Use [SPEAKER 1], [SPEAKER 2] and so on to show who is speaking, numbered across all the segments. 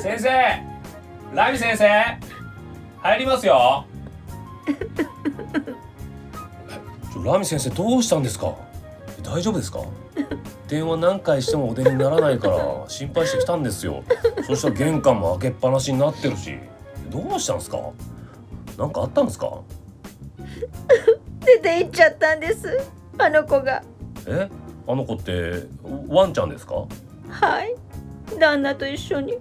[SPEAKER 1] 先生ラミ先生入りますよちょ ラミ先生どうしたんですか大丈夫ですか電話何回してもお出にならないから心配してきたんですよそしたら玄関も開けっぱなしになってるしどうしたんですかなんかあったんですか
[SPEAKER 2] 出て行っちゃったんですあの子が
[SPEAKER 1] えあの子ってワンちゃんですか
[SPEAKER 2] はい旦那と一緒にっ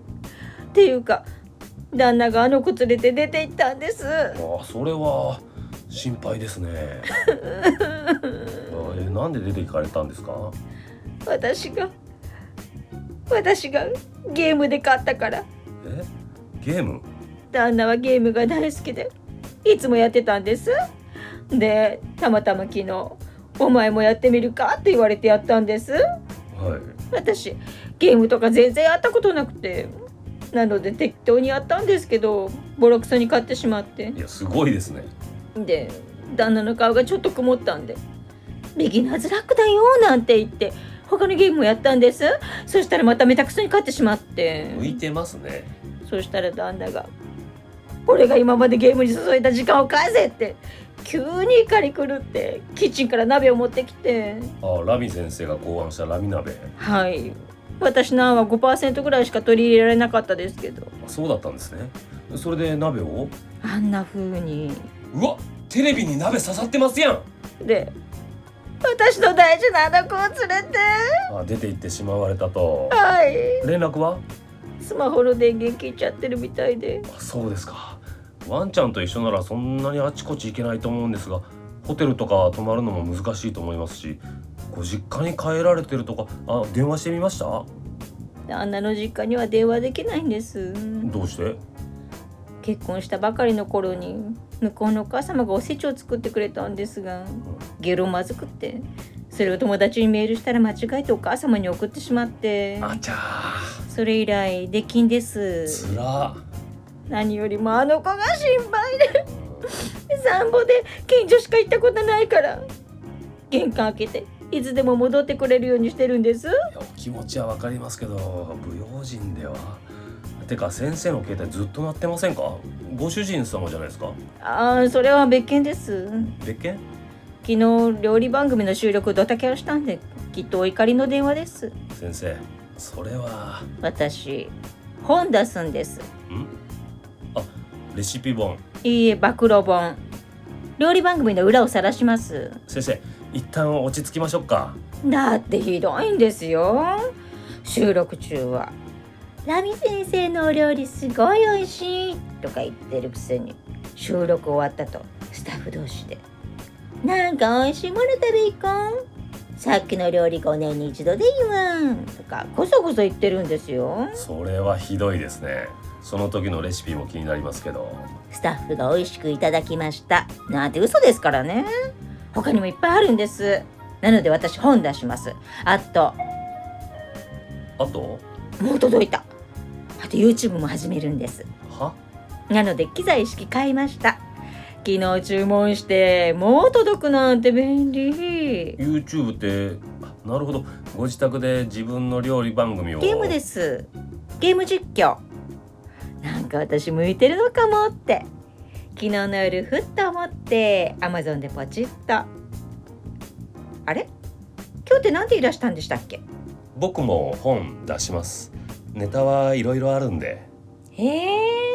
[SPEAKER 2] ていうか旦那があの子連れて出て行ったんです
[SPEAKER 1] あそれは心配ですねあえなんで出て行かれたんですか
[SPEAKER 2] 私が私がゲームで勝ったから
[SPEAKER 1] えゲーム
[SPEAKER 2] 旦那はゲームが大好きでいつもやってたんですでたまたま昨日「お前もやってみるか?」って言われてやったんです
[SPEAKER 1] はい
[SPEAKER 2] 私ゲームとか全然やったことなくてなので適当にやったんですけどボロクソに買ってしまって
[SPEAKER 1] いやすごいですね
[SPEAKER 2] で旦那の顔がちょっと曇ったんで「ビギナーズラックだよ」なんて言って他のゲームもやったんですそしたらまためたくそに買ってしまって
[SPEAKER 1] 向いてますね
[SPEAKER 2] そしたら旦那が「俺が今までゲームに注いだ時間を返せ!」って急に怒り狂ってキッチンから鍋を持ってきて
[SPEAKER 1] あラミ先生が考案したラミ鍋
[SPEAKER 2] はい私の案は5%ぐらいしか取り入れられなかったですけ
[SPEAKER 1] あ
[SPEAKER 2] ど
[SPEAKER 1] そうだったんですねそれで鍋を
[SPEAKER 2] あんな風に
[SPEAKER 1] うわテレビに鍋刺さってますやん
[SPEAKER 2] で私の大事なあの子を連れて
[SPEAKER 1] あ出て行ってしまわれたと
[SPEAKER 2] はい
[SPEAKER 1] 連絡は
[SPEAKER 2] スマホの電源切っちゃってるみたいで
[SPEAKER 1] あそうですかワンちゃんと一緒ならそんなにあちこち行けないと思うんですがホテルとか泊まるのも難しいと思いますしご実家に帰られてるとかあ電話してみました
[SPEAKER 2] 旦那の実家には電話できないんです
[SPEAKER 1] どうして
[SPEAKER 2] 結婚したばかりの頃に向こうのお母様がおせちを作ってくれたんですがゲロまずくってそれを友達にメールしたら間違えてお母様に送ってしまって
[SPEAKER 1] あちゃー
[SPEAKER 2] それ以来できんです
[SPEAKER 1] つら
[SPEAKER 2] 何よりもあの子が心配で散歩で近所しか行ったことないから玄関開けていつでも戻ってくれるようにしてるんです
[SPEAKER 1] いやお気持ちはわかりますけど不用心ではてか先生の携帯ずっと鳴ってませんかご主人様じゃないですか
[SPEAKER 2] ああそれは別件です
[SPEAKER 1] 別件
[SPEAKER 2] 昨日料理番組の収録ドタキャンしたんできっとお怒りの電話です
[SPEAKER 1] 先生それは
[SPEAKER 2] 私本出すんです
[SPEAKER 1] レシピ本
[SPEAKER 2] いいえ暴露本料理番組の裏を晒します
[SPEAKER 1] 先生一旦落ち着きましょうか
[SPEAKER 2] だってひどいんですよ収録中は「ラミ先生のお料理すごい美味しい」とか言ってるくせに収録終わったとスタッフ同士で「なんか美味しいもの食べ行こう」「さっきの料理5年に一度でいいわ」とかこそこそ言ってるんですよ
[SPEAKER 1] それはひどいですねその時のレシピも気になりますけど
[SPEAKER 2] スタッフが美味しくいただきましたなんて嘘ですからね他にもいっぱいあるんですなので私本出しますあと
[SPEAKER 1] あと
[SPEAKER 2] もう届いたあと YouTube も始めるんです
[SPEAKER 1] は
[SPEAKER 2] なので機材一式買いました昨日注文してもう届くなんて便利
[SPEAKER 1] YouTube ってあなるほどご自宅で自分の料理番組を
[SPEAKER 2] ゲームですゲーム実況なんか私向いてるのかもって昨日の夜ふっと思って Amazon でポチッとあれ今日って何でいらしたんでしたっけ
[SPEAKER 1] 僕も本出しますネタはいろいろあるんで
[SPEAKER 2] へえ